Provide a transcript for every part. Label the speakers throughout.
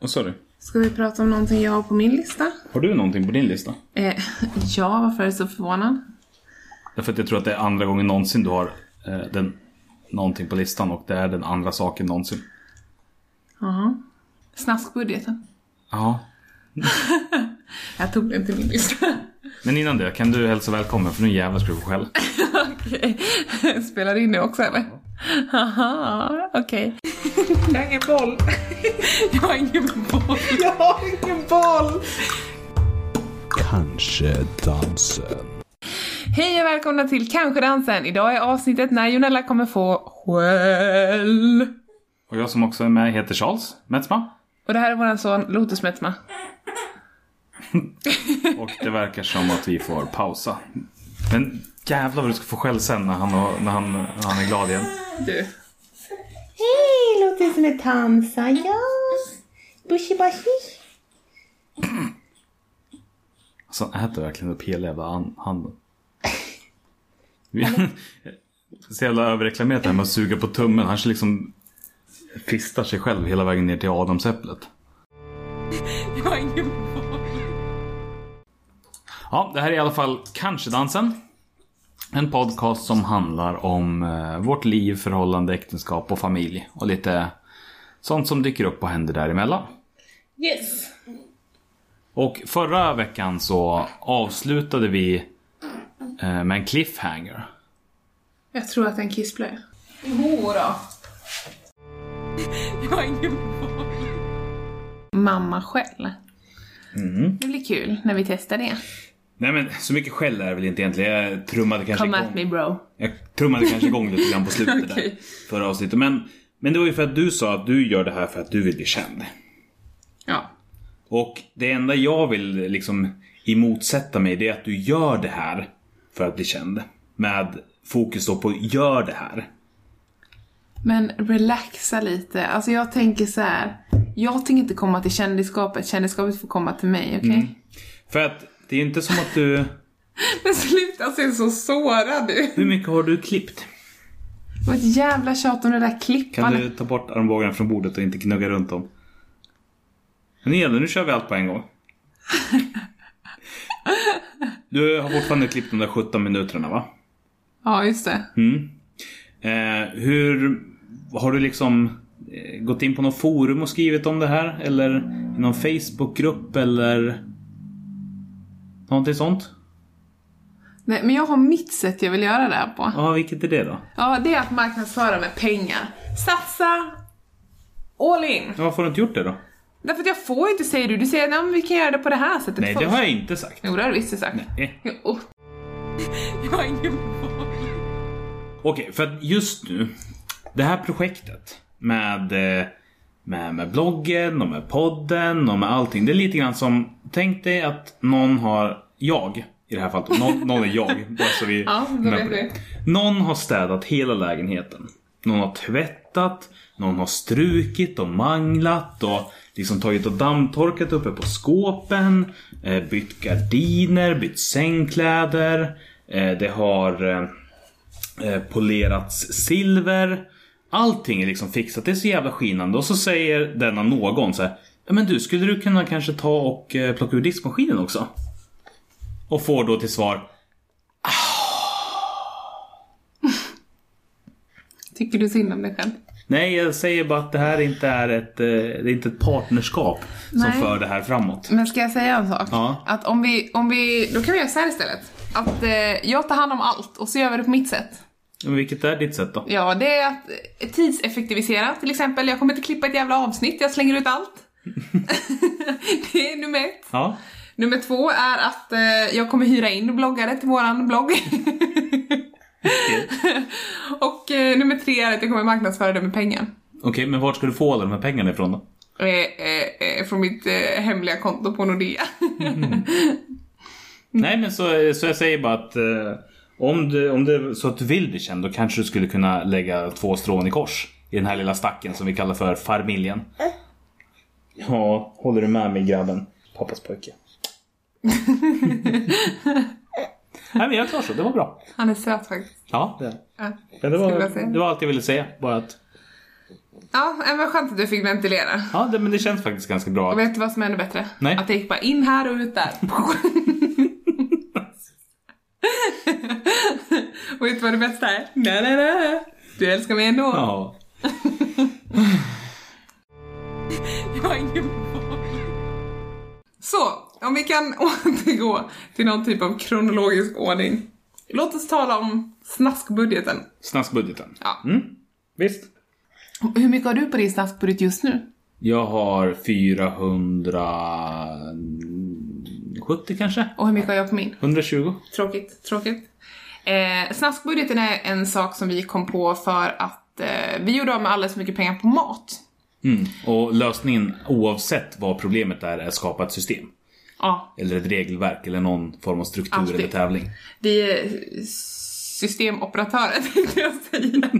Speaker 1: Vad sa du?
Speaker 2: Ska vi prata om någonting jag har på min lista?
Speaker 1: Har du någonting på din lista?
Speaker 2: Eh, ja, varför är du så förvånad?
Speaker 1: Därför att jag tror att det är andra gången någonsin du har eh, den, någonting på listan och det är den andra saken någonsin.
Speaker 2: Jaha. Snaskbudgeten.
Speaker 1: Ja.
Speaker 2: Jag tog den till min lista.
Speaker 1: Men innan det, kan du hälsa välkommen för nu jävlar ska du få skäll.
Speaker 2: Okej. Spelar du in det också eller? Haha, okej.
Speaker 3: Jag har ingen boll.
Speaker 2: Jag har ingen boll.
Speaker 3: Jag har ingen boll.
Speaker 4: Kanske dansen.
Speaker 2: Hej och välkomna till Kanske dansen. Idag är avsnittet när Jonella kommer få skäll.
Speaker 1: Och jag som också är med heter Charles Metzma.
Speaker 2: Och det här är våran son Lotus Metsma.
Speaker 1: Och det verkar som att vi får pausa. Men jävlar vad du ska få skäll sen när han, har, när han, när han är glad igen.
Speaker 2: Du.
Speaker 3: Hej, låter som en tamsa. Ja. Bushibashi.
Speaker 1: Alltså han äter verkligen upp hela jävla an- handen. Vi- Så jävla överreklamerat det här med att suga på tummen. Han liksom fistar sig själv hela vägen ner till adamsäpplet.
Speaker 2: Jag har ingen boll.
Speaker 1: Ja, det här är i alla fall Kanske dansen. En podcast som handlar om eh, vårt liv, förhållande, äktenskap och familj. Och lite sånt som dyker upp och händer däremellan.
Speaker 2: Yes.
Speaker 1: Och förra veckan så avslutade vi eh, med en cliffhanger.
Speaker 2: Jag tror att det är en kissblöja. Jodå. Jag har ingen boll. Mamma skäll.
Speaker 1: Mm.
Speaker 2: Det blir kul när vi testar det.
Speaker 1: Nej men så mycket skäll är det väl inte egentligen. Jag trummade kanske
Speaker 2: Come at me bro.
Speaker 1: Jag trummade kanske igång lite grann på slutet där.
Speaker 2: Okej.
Speaker 1: Förra avsnittet. Men, men det var ju för att du sa att du gör det här för att du vill bli känd.
Speaker 2: Ja.
Speaker 1: Och det enda jag vill liksom emotsätta mig det är att du gör det här för att bli känd. Med fokus då på gör det här.
Speaker 2: Men relaxa lite. Alltså jag tänker så här. Jag tänker inte komma till kändisskapet. Kändisskapet får komma till mig, okej?
Speaker 1: Mm. För att det är inte som att du...
Speaker 2: Men sluta se så sårad ut.
Speaker 1: Hur mycket har du klippt?
Speaker 2: Det var ett jävla tjat om det där
Speaker 1: Kan
Speaker 2: klippan.
Speaker 1: du ta bort armbågarna från bordet och inte knugga runt dem? Men igen, nu kör vi allt på en gång. Du har fortfarande klippt de där 17 minuterna va?
Speaker 2: Ja, just det.
Speaker 1: Mm. Eh, hur har du liksom eh, gått in på något forum och skrivit om det här? Eller i någon Facebookgrupp eller någonting sånt?
Speaker 2: Nej, men jag har mitt sätt jag vill göra det här på.
Speaker 1: Ja, vilket är det då?
Speaker 2: Ja, det är att marknadsföra med pengar. Satsa! All in!
Speaker 1: Ja, Varför har du inte gjort det då?
Speaker 2: Därför att jag får inte säger du. Du säger att vi kan göra det på det här sättet
Speaker 1: Nej, det
Speaker 2: först."
Speaker 1: har jag inte sagt.
Speaker 2: Jo, det har du visst jag sagt.
Speaker 1: Eh.
Speaker 2: Jo. Jag har ingen boll.
Speaker 1: Okej, för att just nu, det här projektet med, eh, med, med bloggen och med podden och med allting. Det är lite grann som, tänk dig att någon har, jag i det här fallet, någon, någon är jag. bara så vi,
Speaker 2: Ja, då vet vi.
Speaker 1: Någon har städat hela lägenheten. Någon har tvättat, någon har strukit och manglat och liksom tagit och dammtorkat uppe på skåpen. eh, Bytt gardiner, bytt sängkläder. eh, Det har eh, eh, polerats silver. Allting är liksom fixat, det är så jävla skinande. Och så säger denna någon så här. "Ja, Men du, skulle du kunna kanske ta och eh, plocka ur diskmaskinen också? Och får då till svar.
Speaker 2: Tycker du synd om dig själv?
Speaker 1: Nej, jag säger bara att det här inte är ett, eh, det är inte ett partnerskap som
Speaker 2: Nej.
Speaker 1: för det här framåt.
Speaker 2: Men ska jag säga en sak?
Speaker 1: Ja.
Speaker 2: Att om vi, om vi, då kan vi göra så här istället. Att eh, jag tar hand om allt och så gör vi det på mitt sätt.
Speaker 1: Men vilket är ditt sätt då?
Speaker 2: Ja, det är att eh, tidseffektivisera till exempel. Jag kommer inte klippa ett jävla avsnitt, jag slänger ut allt. det är nummer ett.
Speaker 1: Ja.
Speaker 2: Nummer två är att eh, jag kommer hyra in bloggare till våran blogg. och eh, nummer tre är att jag kommer marknadsföra det med pengar.
Speaker 1: Okej, men vart ska du få alla de här pengarna ifrån då?
Speaker 2: Eh, eh, eh, från mitt eh, hemliga konto på Nordea.
Speaker 1: Nej, men så, så jag säger bara att eh, om, du, om det är så att du vill bli känd då kanske du skulle kunna lägga två strån i kors i den här lilla stacken som vi kallar för familjen.
Speaker 2: Äh.
Speaker 1: Ja, håller du med mig grabben? Pappas pojke. Nej, men jag klar så. Det var bra.
Speaker 2: Han är söt faktiskt.
Speaker 1: Ja, det,
Speaker 2: Ja.
Speaker 1: ja, det, var,
Speaker 2: Skulle jag säga.
Speaker 1: det var allt jag ville säga. Bara att
Speaker 2: Ja, nej, men skönt att du fick ventilera.
Speaker 1: Ja, det, men det känns faktiskt ganska bra.
Speaker 2: Och
Speaker 1: att-
Speaker 2: vet du vad som är ännu bättre?
Speaker 1: Nej.
Speaker 2: Att det gick bara in här och ut där. och vet du vad det bästa är? Nej, nej, nej. Du älskar mig ändå.
Speaker 1: Ja.
Speaker 2: Jag har ingen boll. Så, om vi kan återgå till någon typ av kronologisk ordning. Låt oss tala om snaskbudgeten.
Speaker 1: Snaskbudgeten.
Speaker 2: Ja.
Speaker 1: Mm. Visst.
Speaker 2: Hur mycket har du på din snaskbudget just nu?
Speaker 1: Jag har 470 kanske?
Speaker 2: Och hur mycket har jag på min?
Speaker 1: 120?
Speaker 2: Tråkigt, tråkigt. Eh, snaskbudgeten är en sak som vi kom på för att eh, vi gjorde av med alldeles för mycket pengar på mat.
Speaker 1: Mm. Och lösningen, oavsett vad problemet är, är att skapa ett system.
Speaker 2: Ja,
Speaker 1: Eller ett regelverk eller någon form av struktur
Speaker 2: Alltid.
Speaker 1: eller tävling.
Speaker 2: vi är systemoperatörer tänkte jag säga.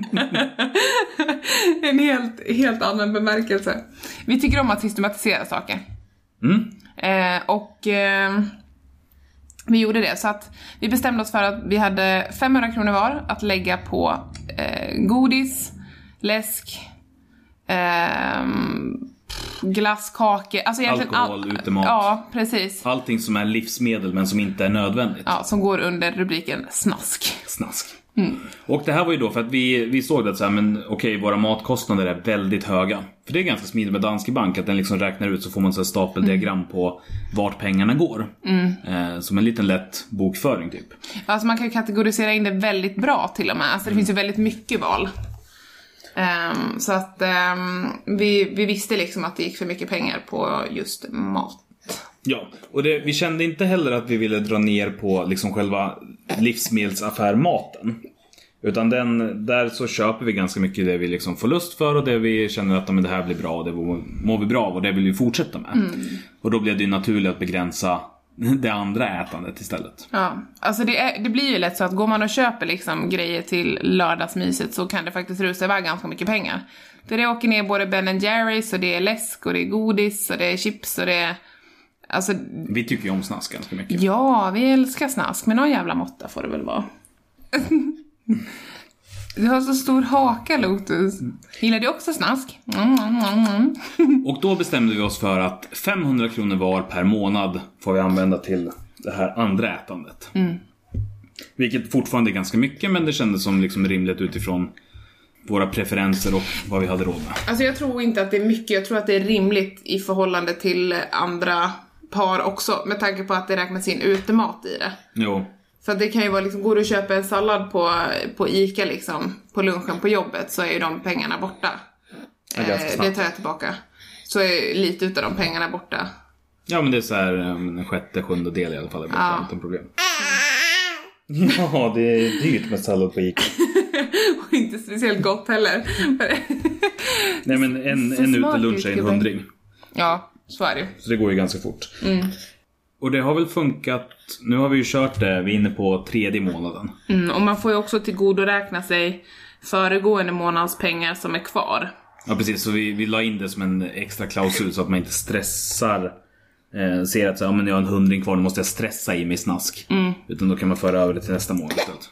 Speaker 2: en helt, helt annan bemärkelse. Vi tycker om att systematisera saker.
Speaker 1: Mm.
Speaker 2: Eh, och eh, vi gjorde det. Så att vi bestämde oss för att vi hade 500 kronor var att lägga på eh, godis, läsk, ehm, pff, glass, kakor. Alltså egentligen
Speaker 1: Alkohol, utemat.
Speaker 2: Ja, precis.
Speaker 1: Allting som är livsmedel men som inte är nödvändigt.
Speaker 2: Ja, som går under rubriken snask.
Speaker 1: Snask. Och det här var ju då för att vi, vi såg det att så här, men okej, våra matkostnader är väldigt höga. För det är ganska smidigt med Danske Bank, att den liksom räknar ut så får man så här stapeldiagram på vart pengarna går. Eh, som en liten lätt bokföring typ.
Speaker 2: Alltså man kan ju kategorisera in det väldigt bra till och med. Alltså det finns ju väldigt mycket val. Ehm, så att ehm, vi, vi visste liksom att det gick för mycket pengar på just mat.
Speaker 1: Ja, och det, vi kände inte heller att vi ville dra ner på liksom själva livsmedelsaffärmaten. Utan den, där så köper vi ganska mycket det vi liksom får lust för och det vi känner att "Ja, men det här blir bra och det mår vi bra av och det vill vi fortsätta med. Och då blev det ju naturligt att begränsa det andra ätandet istället.
Speaker 2: Ja, alltså det, är, det blir ju lätt så att går man och köper liksom grejer till lördagsmyset så kan det faktiskt rusa iväg ganska mycket pengar. För det åker ner både Ben Jerrys och det är läsk och det är godis och det är chips och det är... Alltså,
Speaker 1: Vi tycker ju om snask ganska mycket.
Speaker 2: ja, vi älskar snask, men någon jävla måtta får det väl vara. du har så stor haka, Lotus. Gillar du också snask? Mm, mm, mm.
Speaker 1: Och då bestämde vi oss för att 500 kronor var per månad får vi använda till det här andra ätandet.
Speaker 2: Mm.
Speaker 1: Vilket fortfarande är ganska mycket men det kändes som liksom rimligt utifrån våra preferenser och vad vi hade råd med.
Speaker 2: Alltså jag tror inte att det är mycket, jag tror att det är rimligt i förhållande till andra par också med tanke på att det räknas in utemat i det.
Speaker 1: Jo.
Speaker 2: Så att det kan ju vara liksom, går du och köper en sallad på, på ICA liksom, på lunchen på jobbet så är ju de pengarna borta.
Speaker 1: Ja, ganska
Speaker 2: Eh,
Speaker 1: snabbt.
Speaker 2: det tar jag tillbaka. Så är ju lite utav de pengarna borta.
Speaker 1: Ja men det är så här um, en sjätte, sjunde del i alla fall. är borta
Speaker 2: Ja.
Speaker 1: Utan problem. Ja, det är dyrt med sallad på Ica.
Speaker 2: Och inte speciellt gott heller.
Speaker 1: Nej men en,
Speaker 2: Så
Speaker 1: en
Speaker 2: smart
Speaker 1: utelunch är en
Speaker 2: utgubbe.
Speaker 1: hundring.
Speaker 2: ja, så är det ju.
Speaker 1: Så det går ju ganska fort.
Speaker 2: Mm.
Speaker 1: Och det har väl funkat. Nu har vi ju kört det, vi är inne på tredje månaden.
Speaker 2: Mm, och man får ju också tillgodoräkna sig föregående månads pengar som är kvar.
Speaker 1: Ja precis, så vi, vi la in det som en extra klausul så att man inte stressar. Eh, ser att så, här, ja, men jag har en hundring kvar, nu måste jag stressa i mig snask. Utan då kan man föra över det till nästa månad istället.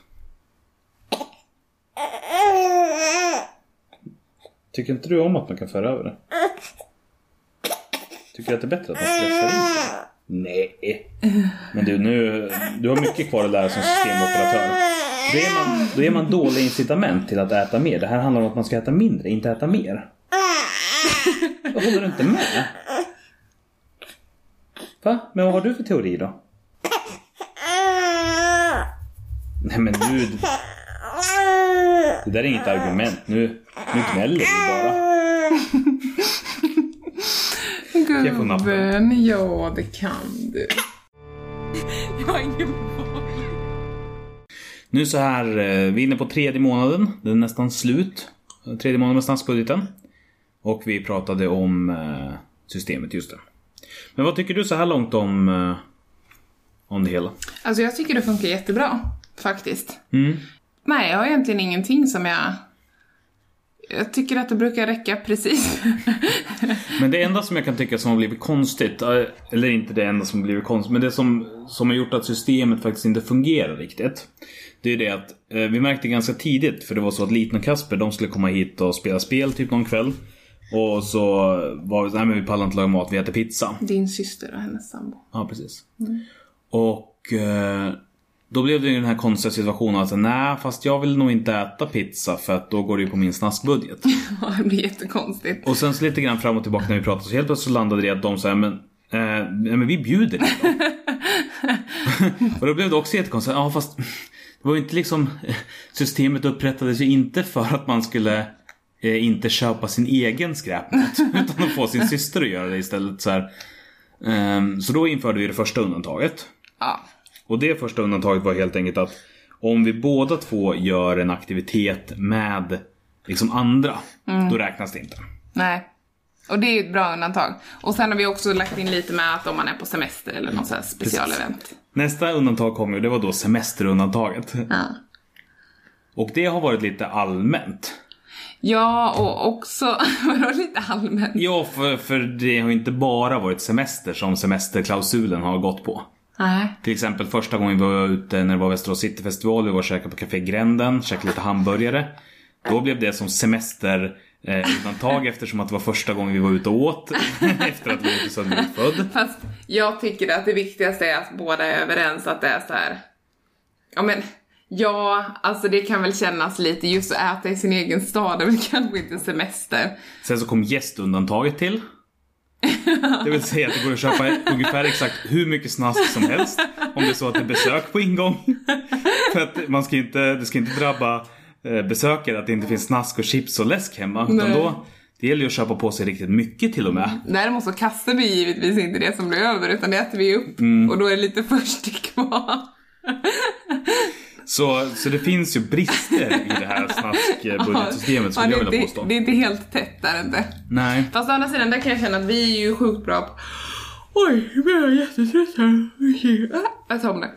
Speaker 1: Tycker inte du om att man kan föra över det? Tycker du att det är bättre att man stressar in sig? Nej. Men du, nu, du har mycket kvar att lära som systemoperatör. Då är, man, då är man dålig incitament till att äta mer. Det här handlar om att man ska äta mindre, inte äta mer. Jag håller du inte med? Va? Men vad har du för teori då? Nej men nu... Det där är inget argument. Nu, nu gnäller du bara. jag få nappen?
Speaker 2: Gubben, ja det kan du. Jag har ingen boll.
Speaker 1: Nu så här, eh, vi är inne på tredje månaden. Den är nästan slut. Tredje månaden med statsbudgeten. Och vi pratade om eh, systemet, just det. Men vad tycker du så här långt om, eh, om det hela?
Speaker 2: Alltså jag tycker det funkar jättebra, faktiskt.
Speaker 1: Mm.
Speaker 2: Nej, jag har egentligen ingenting som jag Jag tycker att det brukar räcka precis.
Speaker 1: Men det enda som jag kan tycka som har blivit konstigt, eh, eller inte det enda som har blivit konstigt, men det som, som har gjort att systemet faktiskt inte fungerar riktigt. Det är det att eh, vi märkte ganska tidigt, för det var så att Liten och Kasper de skulle komma hit och spela spel typ någon kväll. Och så var vi så, nej men vi pallar inte laga mat, vi äter pizza.
Speaker 2: Din syster och hennes sambo.
Speaker 1: Ja, precis. Och eh, då blev det ju den här konstiga situationen att nej, fast jag vill nog inte äta pizza för att då går det ju på min snaskbudget.
Speaker 2: Ja, det blir jättekonstigt.
Speaker 1: Och sen så lite grann fram och tillbaka när vi pratade så helt plötsligt så landade det att de sa men, eh, nej, men vi bjuder dig då." Och då blev det också jättekonstigt. Ja fast det var ju inte liksom systemet upprättades ju inte för att man skulle eh, inte köpa sin egen skräpmat utan att få sin syster att göra det istället. Så, här. Ehm, så då införde vi det första undantaget.
Speaker 2: Ja.
Speaker 1: Och det första undantaget var helt enkelt att om vi båda två gör en aktivitet med liksom andra, då räknas det inte.
Speaker 2: Nej. Och det är ju ett bra undantag. Och sen har vi också lagt in lite med att om man är på semester eller något sånt här specialevent.
Speaker 1: Nästa undantag kom ju, det var då semesterundantaget.
Speaker 2: Ja.
Speaker 1: Och det har varit lite allmänt.
Speaker 2: ja, och också, vadå lite allmänt?
Speaker 1: Ja, för, för det har ju inte bara varit semester som semesterklausulen har gått på.
Speaker 2: Nej.
Speaker 1: Till exempel första gången vi var ute när det var Västerås Cityfestival, vi var och käkade på Café Gränden, käkade lite hamburgare. Då blev det som semester eh, undantag eftersom att det var första gången vi var ute och åt efter att Lotus hade blivit född.
Speaker 2: Fast jag tycker att det viktigaste är att båda är överens att det är så här. Ja men, ja, alltså det kan väl kännas lite just att äta i sin egen stad, men kanske inte semester.
Speaker 1: Sen så kom gästundantaget till. Det vill säga att det går att köpa ungefär exakt hur mycket snask som helst om det är så att det är besök på ingång. För att man ska ju inte, det ska inte drabba eh, besökare att det inte finns snask och chips och läsk hemma. Utan
Speaker 2: Nej.
Speaker 1: då, det gäller ju att köpa på sig riktigt mycket till och med.
Speaker 2: Däremot så kastar vi givetvis inte det som blir över, utan det äter vi upp
Speaker 1: Mm.
Speaker 2: och då är det lite först kvar.
Speaker 1: Så, så det finns ju brister i det här snaskbudgetsystemet
Speaker 2: Ja,
Speaker 1: som
Speaker 2: det,
Speaker 1: jag
Speaker 2: är
Speaker 1: vill
Speaker 2: inte-
Speaker 1: påstå.
Speaker 2: det är inte helt tätt där inte.
Speaker 1: Nej.
Speaker 2: Fast å andra sidan, där kan jag känna att vi är ju sjukt bra på... Oj, nu blir jag jättetrött här. Okej, ah, Jag somnar.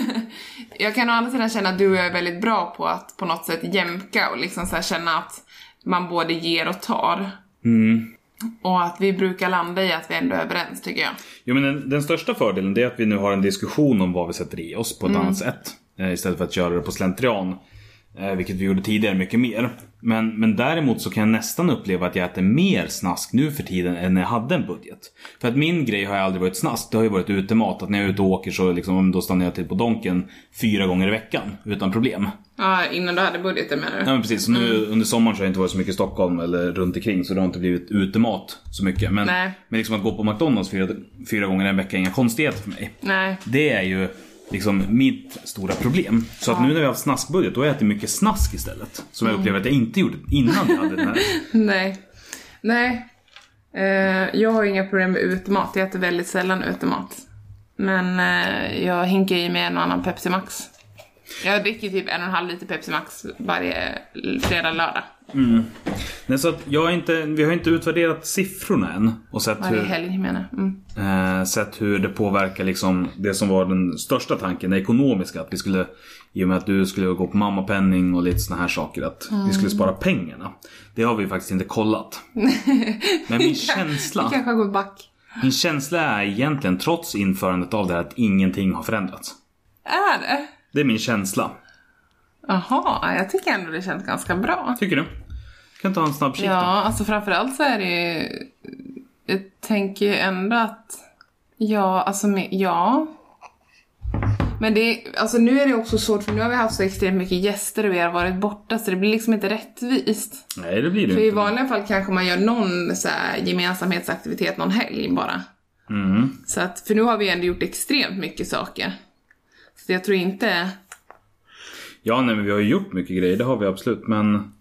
Speaker 2: jag kan å andra sidan känna att du och jag är väldigt bra på att på något sätt jämka och liksom så här känna att man både ger och tar. Och att vi brukar landa i att vi ändå är överens tycker jag.
Speaker 1: Jo, men den, den största fördelen det är att vi nu har en diskussion om vad vi sätter i oss på
Speaker 2: Mm.
Speaker 1: ett annat sätt. Eh, istället för att göra det på slentrian. Eh, vilket vi gjorde tidigare mycket mer. Men, men däremot så kan jag nästan uppleva att jag äter mer snask nu för tiden än när jag hade en budget. För att min grej har ju aldrig varit snask. Det har ju varit utemat. Att när jag är ute och åker så liksom, då stannar jag till på Donken fyra gånger i veckan utan problem.
Speaker 2: Ja, innan du hade budgeten menar
Speaker 1: Ja
Speaker 2: du?
Speaker 1: men precis, så nu under sommaren så har jag inte varit så mycket i Stockholm eller runt omkring så det har inte blivit utemat så mycket. Men,
Speaker 2: Nej.
Speaker 1: men liksom att gå på McDonalds fyra, fyra gånger i veckan är inga konstigheter för mig.
Speaker 2: Nej.
Speaker 1: Det är ju liksom mitt stora problem. Så att nu när vi har haft snaskbudget då har jag ätit mycket snask istället. Som jag upplever att jag inte gjorde innan jag hade den här.
Speaker 2: Nej. Nej. Eh, jag har inga problem med utemat. Jag äter väldigt sällan utemat. Men eh, jag hinkar i mig en och annan Pepsi Max. Jag dricker typ en och en halv liter Pepsi Max varje fredag, lördag.
Speaker 1: Nej, så att jag har inte, vi har inte utvärderat siffrorna än. Och sett
Speaker 2: Varje
Speaker 1: hur,
Speaker 2: helg menar jag. Mm.
Speaker 1: eh, sett hur det påverkar liksom det som var den största tanken, det ekonomiska. Att vi skulle, I och med att du skulle gå på mammapenning och lite såna här saker, att vi skulle spara pengarna. Det har vi faktiskt inte kollat. Men min känsla,
Speaker 2: Kanske går back.
Speaker 1: min känsla är egentligen trots införandet av det här att ingenting har förändrats.
Speaker 2: Är det?
Speaker 1: Det är min känsla.
Speaker 2: Jaha, jag tycker ändå det känns ganska bra.
Speaker 1: Tycker du? Kan ta en snabb kik
Speaker 2: Ja,
Speaker 1: då.
Speaker 2: alltså framförallt så är det ju... Jag tänker ju ändå att... Ja, alltså med, ja. Men det, alltså nu är det också svårt för nu har vi haft så extremt mycket gäster och vi har varit borta så det blir liksom inte rättvist.
Speaker 1: Nej, det blir det
Speaker 2: För i
Speaker 1: inte.
Speaker 2: vanliga fall kanske man gör någon så här gemensamhetsaktivitet någon helg bara.
Speaker 1: Mm.
Speaker 2: Så att, för nu har vi ändå gjort extremt mycket saker. Så jag tror inte...
Speaker 1: Ja, nej, men vi har ju gjort mycket grejer, det har vi absolut, men...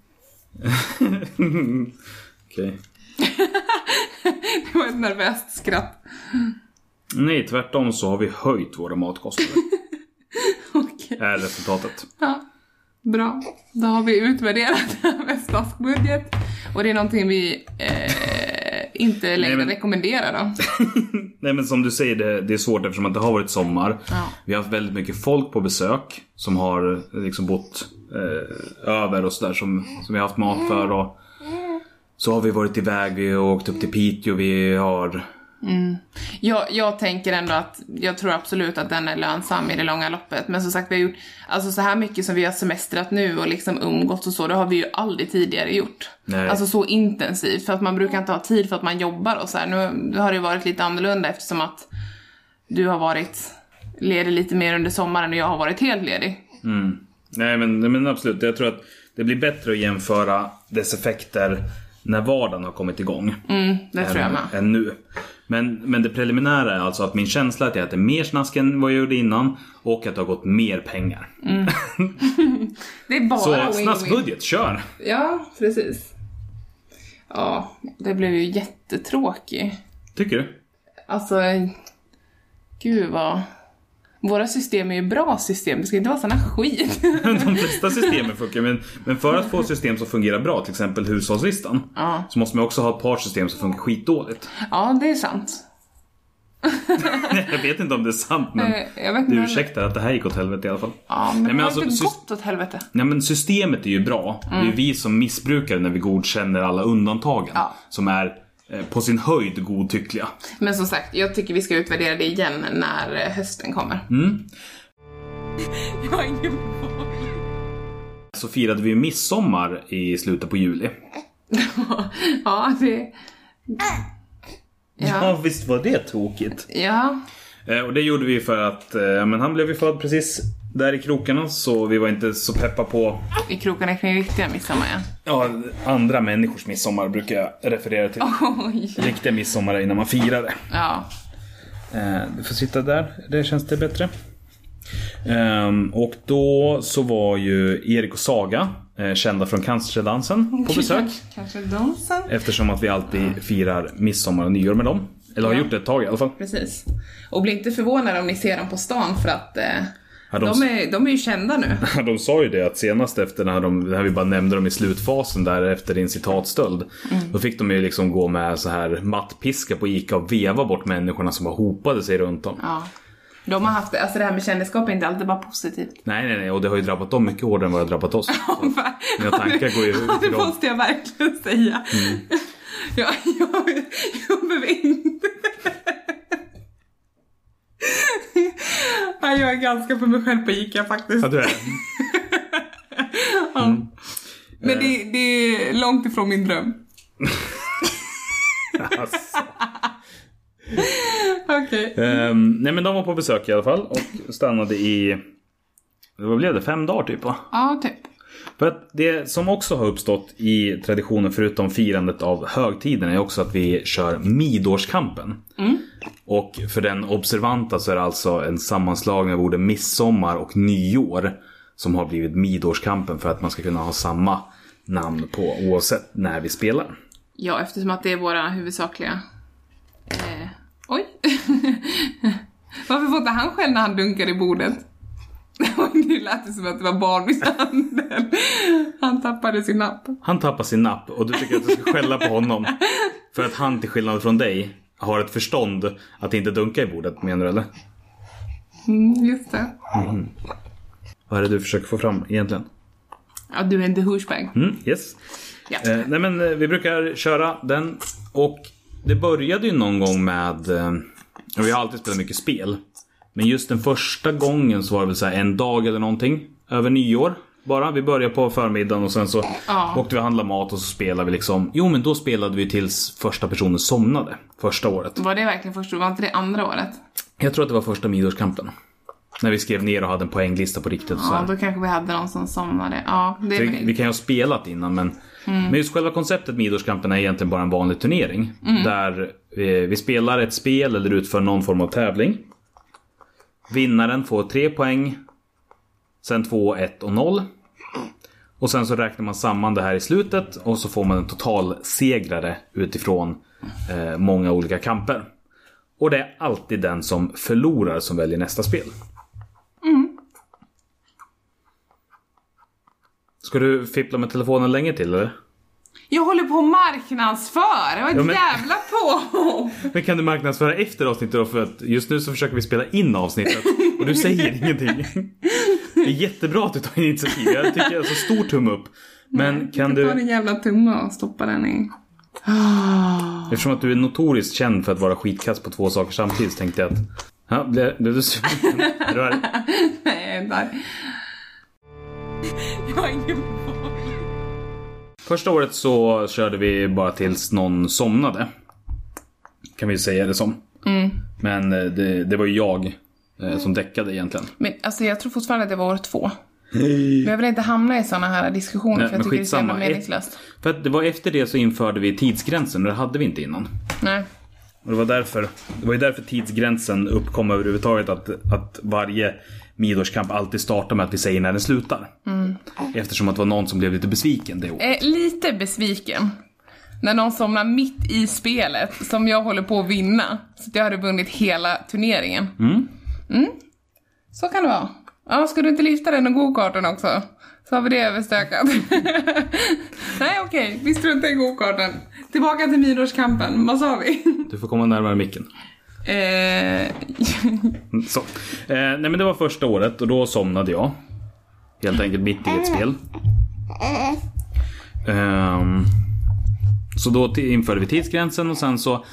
Speaker 1: Okej.
Speaker 2: Det var ett nervöst skratt.
Speaker 1: Nej, tvärtom så har vi höjt våra matkostnader.
Speaker 2: Okej.
Speaker 1: är resultatet.
Speaker 2: Ja, bra. Då har vi utvärderat det här med statsbudget. Och det är någonting vi eh, inte längre
Speaker 1: men-
Speaker 2: rekommendera dem.
Speaker 1: Nej men som du säger, det, det är svårt eftersom att det har varit sommar.
Speaker 2: Ja.
Speaker 1: Vi har haft väldigt mycket folk på besök som har eh, liksom bott eh, över och sådär som, som vi har haft mat för. Och, så har vi varit iväg, vi har åkt upp till Piteå, vi har...
Speaker 2: Jag, jag tänker ändå att, jag tror absolut att den är lönsam i det långa loppet. Men som sagt, vi har gjort, alltså så här mycket som vi har semestrat nu och liksom umgåtts och så, det har vi ju aldrig tidigare gjort.
Speaker 1: Nej.
Speaker 2: Alltså så intensivt, för att man brukar inte ha tid för att man jobbar och så här. Nu har det ju varit lite annorlunda eftersom att du har varit ledig lite mer under sommaren och jag har varit helt ledig.
Speaker 1: Nej men, nej, men absolut, jag tror att det blir bättre att jämföra dess effekter när vardagen har kommit igång.
Speaker 2: Det tror jag
Speaker 1: än,
Speaker 2: med.
Speaker 1: än nu. Men, men det preliminära är alltså att min känsla är att jag äter mer snask än vad jag gjorde innan och att det har gått mer pengar.
Speaker 2: Det är bara
Speaker 1: Så
Speaker 2: win-win.
Speaker 1: snaskbudget, kör!
Speaker 2: Ja, precis. Ja, det blev ju jättetråkigt.
Speaker 1: Tycker du?
Speaker 2: Alltså, gud vad... Våra system är ju bra system, det ska inte vara såna skit.
Speaker 1: De flesta systemen funkar men, men för att få system som fungerar bra, till exempel hushållslistan,
Speaker 2: Ja.
Speaker 1: så måste man också ha ett par system som funkar skitdåligt.
Speaker 2: Ja, det är sant.
Speaker 1: Jag vet inte om det är sant men
Speaker 2: Eh, Jag vet
Speaker 1: du
Speaker 2: men-
Speaker 1: ursäktar att det här gick åt helvete i alla fall.
Speaker 2: Ja,
Speaker 1: Nej,
Speaker 2: men,
Speaker 1: men
Speaker 2: det har
Speaker 1: alltså,
Speaker 2: inte
Speaker 1: sys-
Speaker 2: gått åt helvete.
Speaker 1: Nej men systemet är ju bra. Det är vi som missbrukar det när vi godkänner alla undantagen.
Speaker 2: Ja.
Speaker 1: Som är eh, på sin höjd godtyckliga.
Speaker 2: Men som sagt, jag tycker vi ska utvärdera det igen när eh, hösten kommer.
Speaker 1: Mm.
Speaker 2: Jag har ingen boll.
Speaker 1: Så firade vi ju midsommar i slutet på juli.
Speaker 2: Ja, det... Ja.
Speaker 1: visst var det tokigt.
Speaker 2: Ja.
Speaker 1: Eh, Och det gjorde vi för att eh, men han blev ju född precis där i krokarna så vi var inte så peppa på
Speaker 2: I krokarna kring riktiga midsommar, ja.
Speaker 1: ja, andra människors midsommar brukar jag referera till.
Speaker 2: Oj.
Speaker 1: Riktiga midsommar är innan man firar det.
Speaker 2: Ja.
Speaker 1: Eh, Du får sitta där, det känns det bättre. Ehm, och då så var ju Erik och Saga, eh, kända från Cancerdansen, på besök.
Speaker 2: Kanske dansen.
Speaker 1: Eftersom att vi alltid firar midsommar och nyår med dem. Eller har
Speaker 2: Ja.
Speaker 1: gjort det ett tag i alla fall.
Speaker 2: Precis. Och bli inte förvånade om ni ser dem på stan för att eh,
Speaker 1: Ja, de-
Speaker 2: de, är, de är ju kända nu.
Speaker 1: Ja, De sa ju det att senast efter när, de, när vi bara nämnde dem i slutfasen där efter din citatstöld. Då fick de ju liksom gå med så här mattpiska på Ica och veva bort människorna som bara hopade sig runt dem.
Speaker 2: Ja. De har haft, alltså det här med kändisskap är inte alltid bara positivt.
Speaker 1: Nej nej nej och det har ju drabbat dem mycket hårdare än vad det har drabbat oss. Mina tankar går ju Mm.
Speaker 2: Ja, det
Speaker 1: till dem.
Speaker 2: måste jag verkligen säga. Jag, jag, jag behöver inte... Ja, jag är ganska på mig själv på Ica faktiskt.
Speaker 1: Ja, du är.
Speaker 2: Men det, det är långt ifrån min dröm.
Speaker 1: Alltså.
Speaker 2: Okej.
Speaker 1: Ehm, nej men de var på besök i alla fall och stannade i, vad blev det, fem dagar typ va?
Speaker 2: Ja, typ.
Speaker 1: För att det som också har uppstått i traditionen förutom firandet av högtiden är också att vi kör midårskampen. Och för den observanta så är det alltså en sammanslagning av orden midsommar och nyår som har blivit midårskampen för att man ska kunna ha samma namn på oavsett när vi spelar.
Speaker 2: Ja, eftersom att det är våra huvudsakliga... Eh, oj! Varför får inte han skäll när han dunkar i bordet? Oj, nu lät det som att det var barnmisshandel. Han tappade sin napp.
Speaker 1: Han tappar sin napp och du tycker att du ska skälla på honom för att han till skillnad från dig har ett förstånd att inte dunka i bordet menar du eller?
Speaker 2: Mm, just det.
Speaker 1: Vad är det du försöker få fram egentligen?
Speaker 2: Ja, du är inte douchebag.
Speaker 1: Mm, yes.
Speaker 2: Ja.
Speaker 1: Eh, nej men eh, vi brukar köra den och det började ju någon gång med, eh, och vi har alltid spelat mycket spel. Men just den första gången så var det väl så här en dag eller någonting över nyår. Bara, vi började på förmiddagen och sen så
Speaker 2: Ja.
Speaker 1: åkte vi och handlade mat och så spelade vi liksom. Jo men då spelade vi tills första personen somnade. Första året.
Speaker 2: Var det verkligen första Var inte det andra året?
Speaker 1: Jag tror att det var första midårskampen. När vi skrev ner och hade en poänglista på riktigt. och så
Speaker 2: Ja,
Speaker 1: här.
Speaker 2: då kanske vi hade någon som somnade. Ja, det är
Speaker 1: Vi, vi
Speaker 2: möjligt.
Speaker 1: kan ju ha spelat innan men, men just själva konceptet med Idrottskampen är egentligen bara en vanlig turnering. Där eh, vi, vi spelar ett spel eller utför någon form av tävling. Vinnaren får tre poäng. Sen två, ett och noll. Och sen så räknar man samman det här i slutet och så får man en totalsegrare utifrån eh, många olika kamper. Och det är alltid den som förlorar som väljer nästa spel. Ska du fippla med telefonen länge till eller?
Speaker 2: Jag håller på och marknadsför! Det var ett
Speaker 1: Ja, men-
Speaker 2: jävla påhopp!
Speaker 1: Men kan du marknadsföra efter avsnittet då? För att just nu så försöker vi spela in avsnittet och du säger ingenting. Det är jättebra att du tar initiativ. Jag tycker alltså stor tumme upp. Men kan
Speaker 2: Ta
Speaker 1: du,
Speaker 2: din jävla tumme och stoppa den i...
Speaker 1: eftersom att du är notoriskt känd för att vara skitkast på två saker samtidigt så tänkte jag att... Ja, blev, blev du sugen? Är du arg?
Speaker 2: Nej, jag är inte arg. Eh, Jag har ingen boll.
Speaker 1: Första året så körde vi bara tills någon somnade. Kan vi säga det som. Men eh, det, det var ju jag eh, som däckade egentligen.
Speaker 2: Men alltså jag tror fortfarande att det var år två. Men jag vill inte hamna i såna här diskussioner
Speaker 1: Nej,
Speaker 2: för jag
Speaker 1: men
Speaker 2: tycker det är så jävla
Speaker 1: skitsamma. Ett-
Speaker 2: meningslöst.
Speaker 1: För att det var efter det så införde vi tidsgränsen och det hade vi inte innan.
Speaker 2: Nej.
Speaker 1: Och det var därför, det var ju därför tidsgränsen uppkom överhuvudtaget. Att, att varje midårskamp alltid startar med att vi säger när den slutar. Eftersom att det var någon som blev lite besviken det året.
Speaker 2: Eh, lite besviken. När någon somnar mitt i spelet som jag håller på att vinna. Så att jag hade vunnit hela turneringen. Mm. Så kan det vara. Ja, ska du inte lyfta den och gokarten också? Så har vi det överstökat. Nej okej, vi struntar i gokarten. Tillbaka till midårskampen, vad sa vi?
Speaker 1: Du får komma närmare micken.
Speaker 2: eh,
Speaker 1: Mm, Så. Eh, nej men det var första året och då somnade jag. Helt enkelt mitt i ett spel. Ehm, så då till- införde vi tidsgränsen och sen så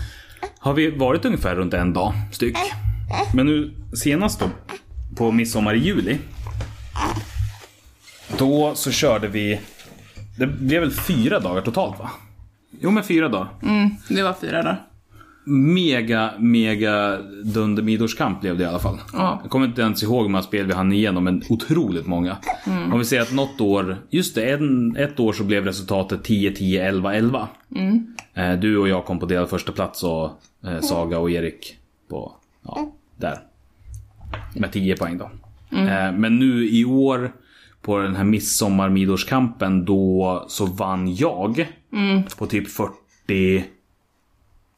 Speaker 1: har vi varit ungefär runt en dag styck. Men nu senast då, på midsommar i juli. Då så körde vi, det blev väl fyra dagar totalt va? Jo men fyra dagar.
Speaker 2: det var fyra dagar.
Speaker 1: Mega, mega dunder midårskamp blev det i alla fall.
Speaker 2: Ja.
Speaker 1: Jag kommer inte ens ihåg hur många spel vi hann igenom, men otroligt många. Om vi säger att något år, just det, en, ett år så blev resultatet 10, 10, 11, 11. Eh, du och jag kom på delad första plats och eh, Saga och Erik på, ja, där. Med 10 poäng då. Eh, men nu i år på den här midsommarmidårskampen då så vann jag på typ 40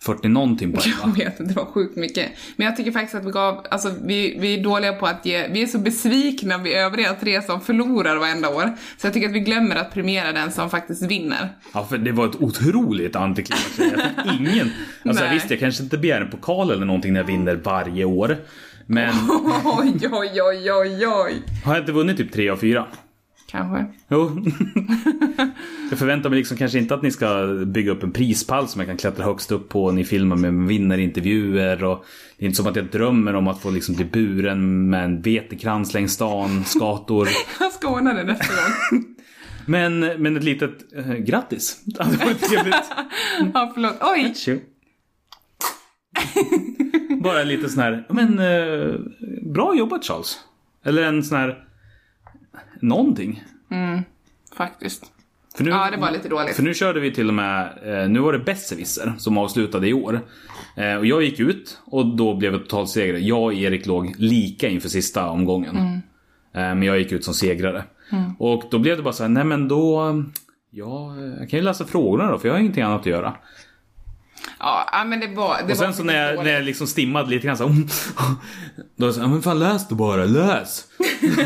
Speaker 1: 40 någonting poäng va?
Speaker 2: Jag vet inte, det var sjukt mycket. Men jag tycker faktiskt att vi gav, alltså vi, vi är dåliga på att ge, vi är så besvikna vi övriga tre som förlorar varenda år. Så jag tycker att vi glömmer att premiera den som faktiskt vinner.
Speaker 1: Ja, för det var ett otroligt antiklimax. Jag fick ingen... Alltså
Speaker 2: Nej.
Speaker 1: visst, jag kanske inte begär en pokal eller någonting när jag vinner varje år. Men
Speaker 2: Oj, oj, oj, oj, oj.
Speaker 1: har jag inte vunnit typ tre av fyra?
Speaker 2: Kanske.
Speaker 1: Jo. jag förväntar mig liksom kanske inte att ni ska bygga upp en prispall som jag kan klättra högst upp på. Ni filmar med vinnarintervjuer och det är inte som att jag drömmer om att få liksom bli buren med en vetekrans längs stan, skator.
Speaker 2: Jag ska ordna det nästa gång.
Speaker 1: Men, men ett litet eh, grattis. Det hade varit trevligt.
Speaker 2: Ja, förlåt. Oj!
Speaker 1: Tjo. Bara lite sån här, men eh, bra jobbat Charles. Eller en sån här, någonting.
Speaker 2: Faktiskt.
Speaker 1: För nu,
Speaker 2: Ja, det var lite dåligt.
Speaker 1: För nu körde vi till och med, eh, nu var det Besserwisser som avslutade i år. Eh, och jag gick ut och då blev det total seger. Jag och Erik låg lika inför sista omgången.
Speaker 2: Mm.
Speaker 1: Eh, men jag gick ut som segrare. Och då blev det bara så här, nej men då, ja, eh, jag kan ju läsa frågorna då för jag har ingenting annat att göra.
Speaker 2: Ja, ja, men det var... Det
Speaker 1: Och sen
Speaker 2: var
Speaker 1: så när jag,
Speaker 2: dåligt.
Speaker 1: när jag liksom stimmade lite grann så här, Då sa jag, men fan läs då bara, läs!
Speaker 2: jag,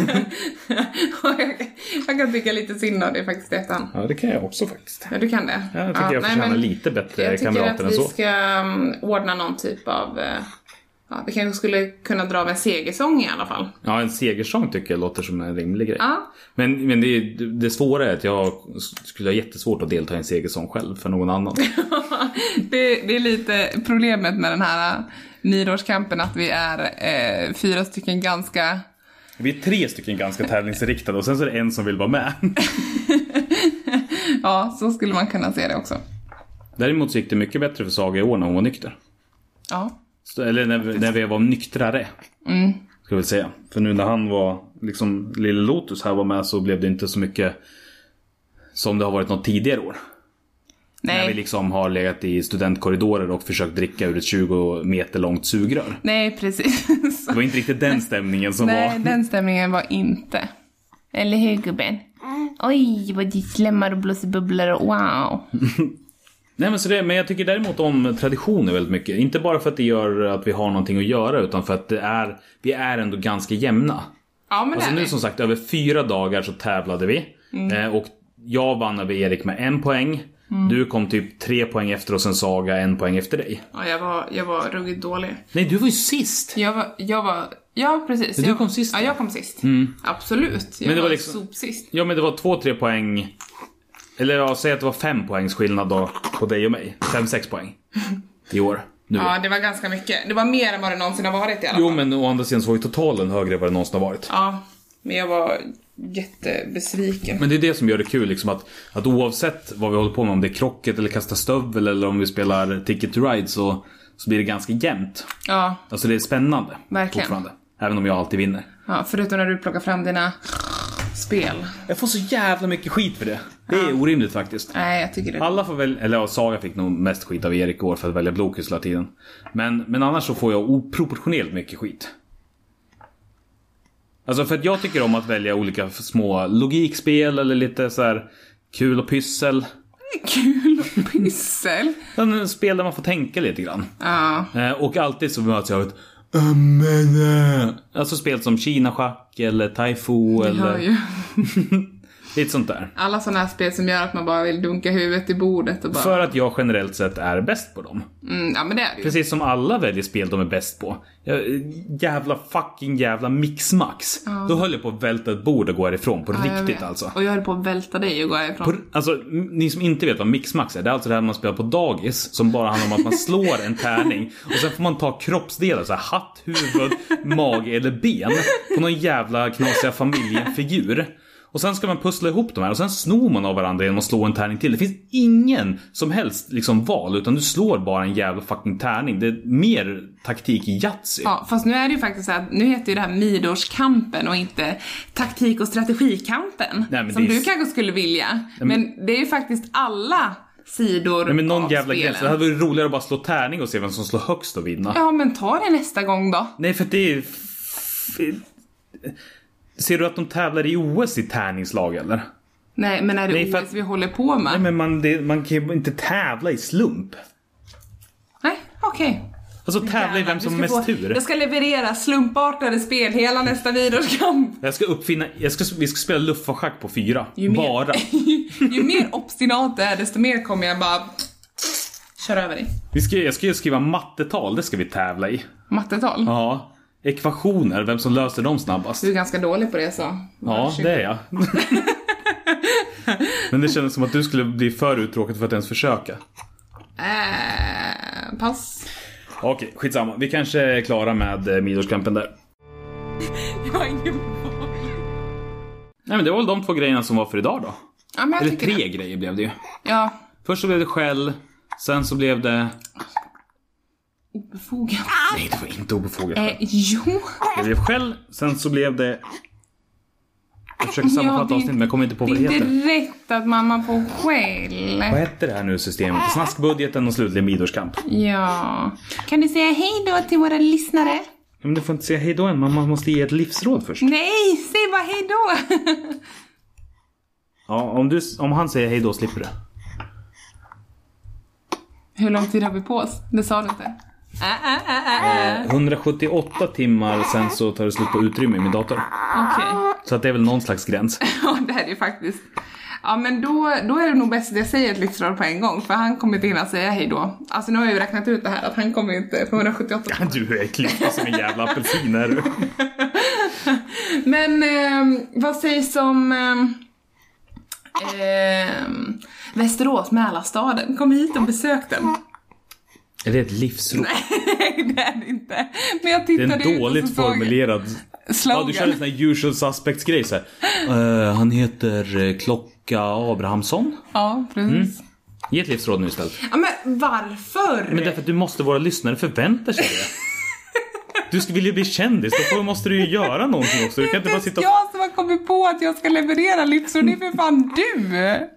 Speaker 2: kan- jag kan tycka lite synd om det faktiskt i efterhand.
Speaker 1: Ja det kan jag också faktiskt.
Speaker 2: Ja, du kan det.
Speaker 1: Jag tycker jag förtjänar lite bättre
Speaker 2: jag tycker
Speaker 1: kamrater
Speaker 2: att
Speaker 1: än
Speaker 2: vi
Speaker 1: så.
Speaker 2: ska mm, ordna någon typ av... eh, Ja, vi kanske skulle kunna dra av en segersång i alla fall.
Speaker 1: Ja en segersång tycker jag låter som en rimlig grej.
Speaker 2: Ja,
Speaker 1: Men, men det, är- det svåra är att jag skulle ha jättesvårt att delta i en segersång själv för någon annan.
Speaker 2: det, det är lite problemet med den här eh, nyårskampen att vi är eh, fyra stycken ganska...
Speaker 1: Vi är tre stycken ganska tävlingsriktade och sen så är det en som vill vara med.
Speaker 2: Ja, så skulle man kunna se det också.
Speaker 1: Däremot så gick det mycket bättre för Saga i år när hon var nykter.
Speaker 2: Ja,
Speaker 1: Så- Eller när, vi- när vi var nyktrare.
Speaker 2: Mm.
Speaker 1: Ska vi säga. För nu när han var, liksom Lille Lotus här var med så blev det inte så mycket som det har varit något tidigare år. När vi
Speaker 2: nej,
Speaker 1: liksom har legat i studentkorridorer och försökt dricka ur ett 20 meter långt sugrör.
Speaker 2: nej precis.
Speaker 1: Det var inte riktigt den stämningen som
Speaker 2: nej,
Speaker 1: var.
Speaker 2: den stämningen var inte. Mm. Eller hur gubben? Oj, vad det slämmar och blåser bubblor, wow.
Speaker 1: Nej men, så det, men jag tycker däremot om traditioner väldigt mycket. Inte bara för att det gör att vi har någonting att göra utan för att det är, vi är ändå ganska jämna.
Speaker 2: Ja, men
Speaker 1: Alltså
Speaker 2: det är Mm.
Speaker 1: nu
Speaker 2: det.
Speaker 1: som sagt över fyra dagar så tävlade vi. Eh, och jag vann över Erik med en poäng.
Speaker 2: Mm.
Speaker 1: Du kom typ tre poäng efter och sen Saga en poäng efter dig.
Speaker 2: Ja, jag var, jag var ruggigt dålig.
Speaker 1: Nej, du var ju sist!
Speaker 2: Jag var, jag var ja precis.
Speaker 1: Men du
Speaker 2: jag,
Speaker 1: kom sist,
Speaker 2: Ja,
Speaker 1: då? Mm.
Speaker 2: jag kom sist. Absolut. Jag
Speaker 1: Men det var
Speaker 2: var,
Speaker 1: liksom-
Speaker 2: sopsist.
Speaker 1: Ja, men det var två, tre poäng. Eller ja, säg att det var fem poängs skillnad då på dig och mig. Fem, sex poäng. I år. Nu.
Speaker 2: Ja, det var ganska mycket. Det var mer än vad det någonsin har varit i alla fall.
Speaker 1: Jo, men å andra sidan så var ju totalen högre än vad det någonsin har varit.
Speaker 2: Ja, men jag var jättebesviken.
Speaker 1: Men det är det som gör det kul, liksom att, att oavsett vad vi håller på med, om det är krocket eller kasta stövel eller om vi spelar Ticket to Ride så, så blir det ganska jämnt.
Speaker 2: Ja,
Speaker 1: Alltså det är spännande.
Speaker 2: Verkligen.
Speaker 1: Fortfarande. Även om jag alltid vinner.
Speaker 2: ja, förutom när du plockar fram dina spel.
Speaker 1: Jag får så jävla mycket skit för det. Det är orimligt faktiskt.
Speaker 2: Nej, jag tycker det.
Speaker 1: Alla får väl, eller ja, Saga fick nog mest skit av Erik i år för att välja Blokus hela tiden. Men, men annars så får jag oproportionerligt mycket skit. Alltså för att jag tycker om att välja olika små logikspel eller lite så här kul och pyssel.
Speaker 2: Kul och pyssel.
Speaker 1: En spel där man får tänka lite grann.
Speaker 2: Ja,
Speaker 1: Eh, Och alltid så möts jag av ett "Ehm, men, eh." Alltså spel som Kina-schack eller Taifu
Speaker 2: jag hör
Speaker 1: eller
Speaker 2: ju.
Speaker 1: lite sånt där.
Speaker 2: Alla sådana här spel som gör att man bara vill dunka huvudet i bordet och bara...
Speaker 1: För att jag generellt sett är bäst på dem.
Speaker 2: Mm, ja, men det är det ju.
Speaker 1: Precis som alla väljer spel de är bäst på. Ja, Jävla fucking jävla mixmax. Då höll jag på att välta ett bord och gå härifrån på
Speaker 2: Ja, jag
Speaker 1: riktigt
Speaker 2: vet.
Speaker 1: alltså.
Speaker 2: Och jag höll på att välta dig och gå härifrån.
Speaker 1: På, alltså, m- ni som inte vet vad mixmax är, det är alltså det här man spelar på dagis som bara handlar om att man slår en tärning och sen får man ta kroppsdelar, så här, hatt, huvud, mage eller ben på någon jävla knasiga familjefigur. Och sen ska man pussla ihop de här och sen snor man av varandra genom att slå en tärning till. Det finns ingen som helst liksom val utan du slår bara en jävla fucking tärning. Det är mer taktik i Yatzy.
Speaker 2: Ja, fast nu är det ju faktiskt så att nu heter ju det här Midårskampen och inte taktik och strategikampen.
Speaker 1: Nej, men
Speaker 2: som
Speaker 1: det är-
Speaker 2: du kanske skulle vilja. Men, det är ju faktiskt alla sidor
Speaker 1: Nej, men någon
Speaker 2: av
Speaker 1: jävla
Speaker 2: spelen.
Speaker 1: gräns. Det hade varit roligare att bara slå tärning och se vem som slår högst och vinna.
Speaker 2: Ja, men ta det nästa gång då.
Speaker 1: Nej, för det är... f- Ser du att de tävlar i OS i tärningslag eller?
Speaker 2: Nej, men är det
Speaker 1: Nej, för
Speaker 2: OS
Speaker 1: att-
Speaker 2: vi håller på med?
Speaker 1: Nej men man, det, man kan ju inte tävla i slump.
Speaker 2: Nej, okej.
Speaker 1: Alltså tävla i vem som har
Speaker 2: Du ska
Speaker 1: mest
Speaker 2: få-
Speaker 1: tur.
Speaker 2: Jag ska leverera slumpartade spel hela nästa Midårskamp.
Speaker 1: Jag ska uppfinna, jag ska, vi ska spela luftfarschack på fyra.
Speaker 2: mer-
Speaker 1: Bara.
Speaker 2: Ju mer obstinat det är, desto mer kommer jag bara köra över dig.
Speaker 1: Vi ska, jag ska ju skriva mattetal, det ska vi tävla i.
Speaker 2: Mattetal.
Speaker 1: Ja. Ekvationer, vem som löser dem snabbast.
Speaker 2: Du är ganska dålig på det så.
Speaker 1: Ja, det är jag. Men det kändes som att du skulle bli för uttråkad för att ens försöka.
Speaker 2: Eh, pass.
Speaker 1: Okej, skitsamma. Vi kanske är klara med eh, Midårskampen där.
Speaker 2: Jag har ingen boll.
Speaker 1: Nej men det var väl de två grejerna som var för idag då.
Speaker 2: Ja, men jag
Speaker 1: Eller
Speaker 2: tycker
Speaker 1: tre
Speaker 2: Det.
Speaker 1: grejer blev det ju.
Speaker 2: Ja,
Speaker 1: Först så blev det skäll, sen så blev det...
Speaker 2: obefogat.
Speaker 1: Nej, det var inte obefogat
Speaker 2: Eh,
Speaker 1: skäll.
Speaker 2: jo.
Speaker 1: Det blev skäll, sen så blev det... Jag försöker
Speaker 2: Ja,
Speaker 1: sammanfatta
Speaker 2: det är
Speaker 1: avsnittet men jag kommer inte på vad det
Speaker 2: Det är
Speaker 1: heter.
Speaker 2: inte rätt att mamma får skäll.
Speaker 1: Vad hette det här nu systemet? Snaskbudgeten och slutligen Midårskamp. Ja,
Speaker 2: Ja. Kan du säga hej då till våra lyssnare?
Speaker 1: Men du får inte säga hejdå än, man måste ge ett livsråd först.
Speaker 2: Nej, säg bara hej då.
Speaker 1: Ja, om, du, om han säger hejdå slipper du.
Speaker 2: Hur lång tid har vi på oss? Det sa du inte. Äh, äh, äh, äh.
Speaker 1: Eh, 178 timmar sen så tar det slut på utrymme i min dator.
Speaker 2: Okej.
Speaker 1: Så att det är väl någon slags gräns.
Speaker 2: Ja, det här är faktiskt... Ja, men då, då är det nog bäst att jag säger ett livsråd på en gång, för han kommer inte hinna säga hej då. Alltså nu har jag ju räknat ut det här, att han kommer ju inte på 178
Speaker 1: Du är klippig som en jävla apelsin är du.
Speaker 2: Men ehm, vad sägs om ehm, ehm, Västerås, Mälarstaden? Kom hit och besök den.
Speaker 1: Är det ett livsråd?
Speaker 2: Nej, det är det inte. Men jag
Speaker 1: Det är
Speaker 2: tittade
Speaker 1: en
Speaker 2: ut och så
Speaker 1: dåligt
Speaker 2: såg jag
Speaker 1: formulerad... Ja,
Speaker 2: Slogan.
Speaker 1: du kör en sån här usual suspects grej så här. Eh, Han heter eh, Klocka Abrahamsson.
Speaker 2: Ja, precis.
Speaker 1: Ge ett livsråd nu istället.
Speaker 2: Ja, men varför?
Speaker 1: Mm. Men därför att du måste, våra lyssnare förväntar sig det. Du ska- vill ju bli kändis, då får- måste du ju göra någonting också. Du kan inte bara sitta
Speaker 2: Det är
Speaker 1: och...
Speaker 2: jag som har kommit på att jag ska leverera livsråd, det är för fan du!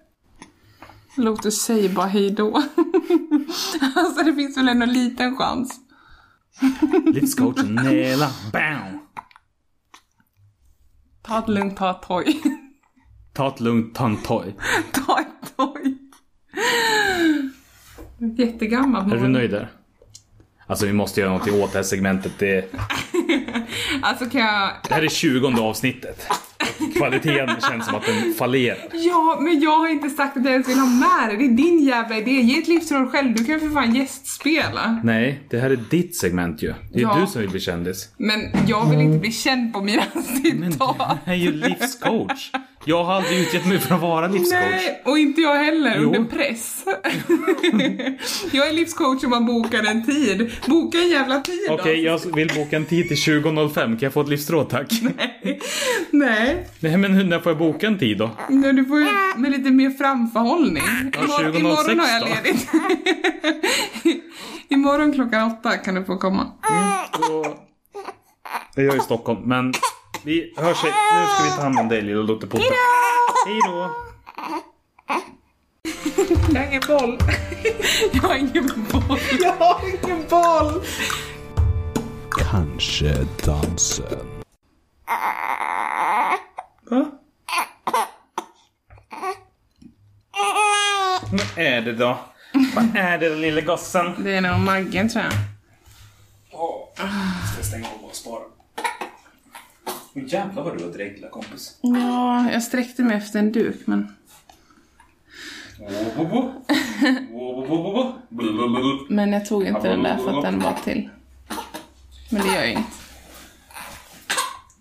Speaker 2: Lotus säger bara hej då. alltså det finns väl ändå en liten chans.
Speaker 1: Livscoachen Nela. Bam!
Speaker 2: Ta ett lugnt, ta ett toj.
Speaker 1: Ta ett lugnt tantoj.
Speaker 2: ta ett toj. Jättegammal.
Speaker 1: Är du nöjd där? Alltså vi måste göra någonting åt det här segmentet. Det,
Speaker 2: Alltså kan jag...
Speaker 1: det här är 20 avsnittet. Kvaliteten känns som att den fallerar.
Speaker 2: Ja, men jag har inte sagt att jag ens vill ha med det. Det är din jävla idé. Ge ett livsråd själv. Du kan ju för fan gästspela.
Speaker 1: Nej, det här är ditt segment ju. Det är
Speaker 2: Ja.
Speaker 1: du som vill bli kändis.
Speaker 2: Men jag vill inte bli känd på mina citat.
Speaker 1: Jag är ju livscoach. Jag har aldrig utgett mig för att vara livscoach.
Speaker 2: Nej, och inte jag heller
Speaker 1: Jo.
Speaker 2: under press. jag är livscoach om man bokar en tid. Boka en jävla tid då.
Speaker 1: Okej, jag vill boka en tid till 20.05. Kan jag få ett livsråd tack?
Speaker 2: Nej,
Speaker 1: Nej, men hur- när får jag boka en tid då?
Speaker 2: nej, du får ju med lite mer framförhållning.
Speaker 1: Ja,
Speaker 2: Imorgon,
Speaker 1: 20.06
Speaker 2: imorgon har jag
Speaker 1: då.
Speaker 2: ledigt. imorgon klockan åtta kan du få komma.
Speaker 1: Då... Det är jag i Stockholm, men vi hörs. i- Nu ska vi ta hand om dig lilla Lottepoppe. Hej då!
Speaker 3: Jag har ingen boll.
Speaker 2: Jag har ingen boll.
Speaker 3: Jag har ingen boll.
Speaker 4: Kanskje dansen.
Speaker 1: Va? Vad är det då? Vad är det då lille gossen?
Speaker 2: Det är nog Maggen tror jag.
Speaker 1: Ska stänga av och spara. Jävlar vad du har dreglat kompis.
Speaker 2: Ja, jag sträckte mig efter en duk men... Men jag tog inte den där för att den var till. Men det gör ju inget.